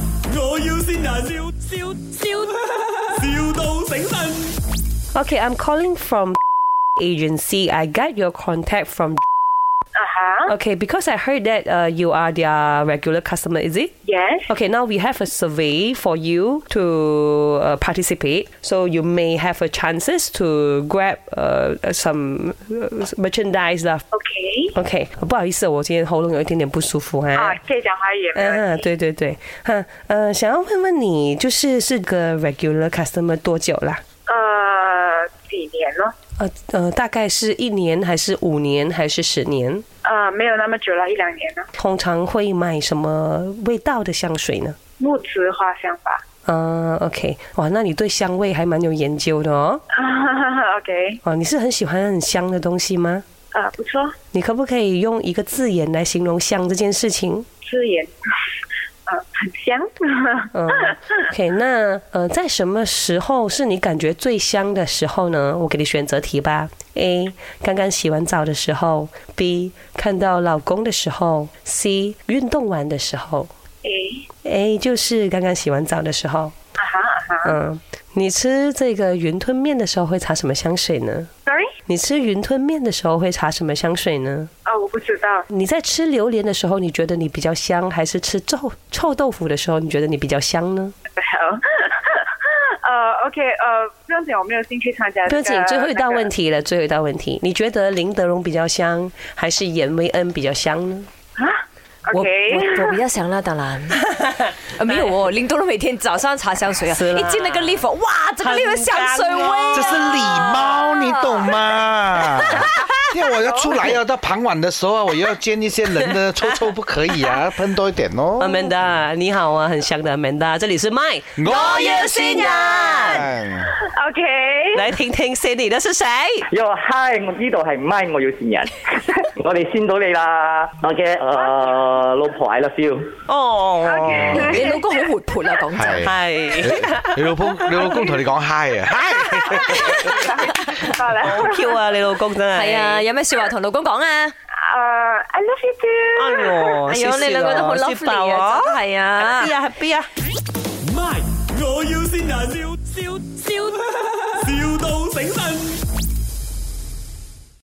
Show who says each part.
Speaker 1: 要先人，笑笑笑，,笑到醒神。
Speaker 2: Okay, I'm calling from agency. I got your contact from.
Speaker 3: Uh-huh.
Speaker 2: Okay, because I heard that uh, you are their regular customer, is it?
Speaker 3: Yes.
Speaker 2: Okay, now we have a survey for you to uh, participate. So you may have a chances to grab uh, some uh, merchandise lah.
Speaker 3: OK。
Speaker 2: OK，不好意思，我今天喉咙有一点点不舒服哈、
Speaker 3: 啊，可以讲华语也没
Speaker 2: 嗯、
Speaker 3: 有问
Speaker 2: 啊，
Speaker 3: 题。
Speaker 2: 对对对，哈，呃，想要问问你，就是是个 regular customer 多久啦？
Speaker 3: 呃，几年了？
Speaker 2: 呃呃，大概是一年还是五年还是十年？
Speaker 3: 呃，没有那么久了，一两年了。
Speaker 2: 通常会买什么味道的香水呢？
Speaker 3: 木质花香吧。
Speaker 2: 嗯、o k 哇，那你对香味还蛮有研究的哦。
Speaker 3: OK。
Speaker 2: 哦，你是很喜欢很香的东西吗？
Speaker 3: 呃，不错，
Speaker 2: 你可不可以用一个字眼来形容香这件事情？
Speaker 3: 自然， 呃，很香。
Speaker 2: 嗯，OK，那呃，在什么时候是你感觉最香的时候呢？我给你选择题吧。A. 刚刚洗完澡的时候；B. 看到老公的时候；C. 运动完的时候。
Speaker 3: 诶，
Speaker 2: A 哎就是刚刚洗完澡的时候。
Speaker 3: 啊哈啊哈。
Speaker 2: 嗯，你吃这个云吞面的时候会擦什么香水呢？
Speaker 3: Sorry？
Speaker 2: 你吃云吞面的时候会擦什么香水呢？
Speaker 3: 啊，我不知道。
Speaker 2: 你在吃榴莲的时候，你觉得你比较香，还是吃臭臭豆腐的时候，你觉得你比较香呢？
Speaker 3: 呃，OK，呃，不用紧，我没有兴趣参加、
Speaker 2: 不
Speaker 3: 这
Speaker 2: 要
Speaker 3: 个。
Speaker 2: 紧，最后一道问
Speaker 3: 题。
Speaker 2: 题了，最后一道问题，你觉得林德荣比较香，还是严薇恩比较香呢？
Speaker 4: 我
Speaker 3: OK。
Speaker 4: 我我比较想啦，当然，啊没有哦，林东东每天早上擦香水啊，
Speaker 2: 是啦
Speaker 4: 一进那个 lift，哦哇，这个 lift 的香水味啊，
Speaker 5: 这是礼貌，你懂吗？因为我要出来要到傍晚的时候啊，我要见一些人的臭臭，不可以啊，喷多一点哦。
Speaker 2: Amanda，你好啊，很香的 Amanda，这里是麦，
Speaker 5: 我
Speaker 2: 要新人，
Speaker 5: 哎
Speaker 3: OK。
Speaker 2: 来听听 Cindy，那是谁？
Speaker 6: 哟嗨！我呢度係唔咪，我要善人， 我哋先到你啦。我嘅誒老婆 I love you，
Speaker 2: 哦。
Speaker 4: 你老公好活潑啊，講真。
Speaker 5: 係
Speaker 2: 系，
Speaker 5: 你老公，你老公同你講嗨啊，
Speaker 3: 好啦。
Speaker 2: 好 Q 啊！你老公真係
Speaker 4: 係啊，，有咩説話同老公講啊？
Speaker 3: 呃，I love you
Speaker 2: 哎
Speaker 3: too。
Speaker 2: 呦，
Speaker 4: 哎呦，
Speaker 2: 笑死
Speaker 4: 你兩個都好
Speaker 2: 我笑爆
Speaker 4: lovely 啊
Speaker 2: 我
Speaker 4: 啊，真係啊
Speaker 2: ，happy 啊 happy 啊！
Speaker 1: 咪，我要先人，笑笑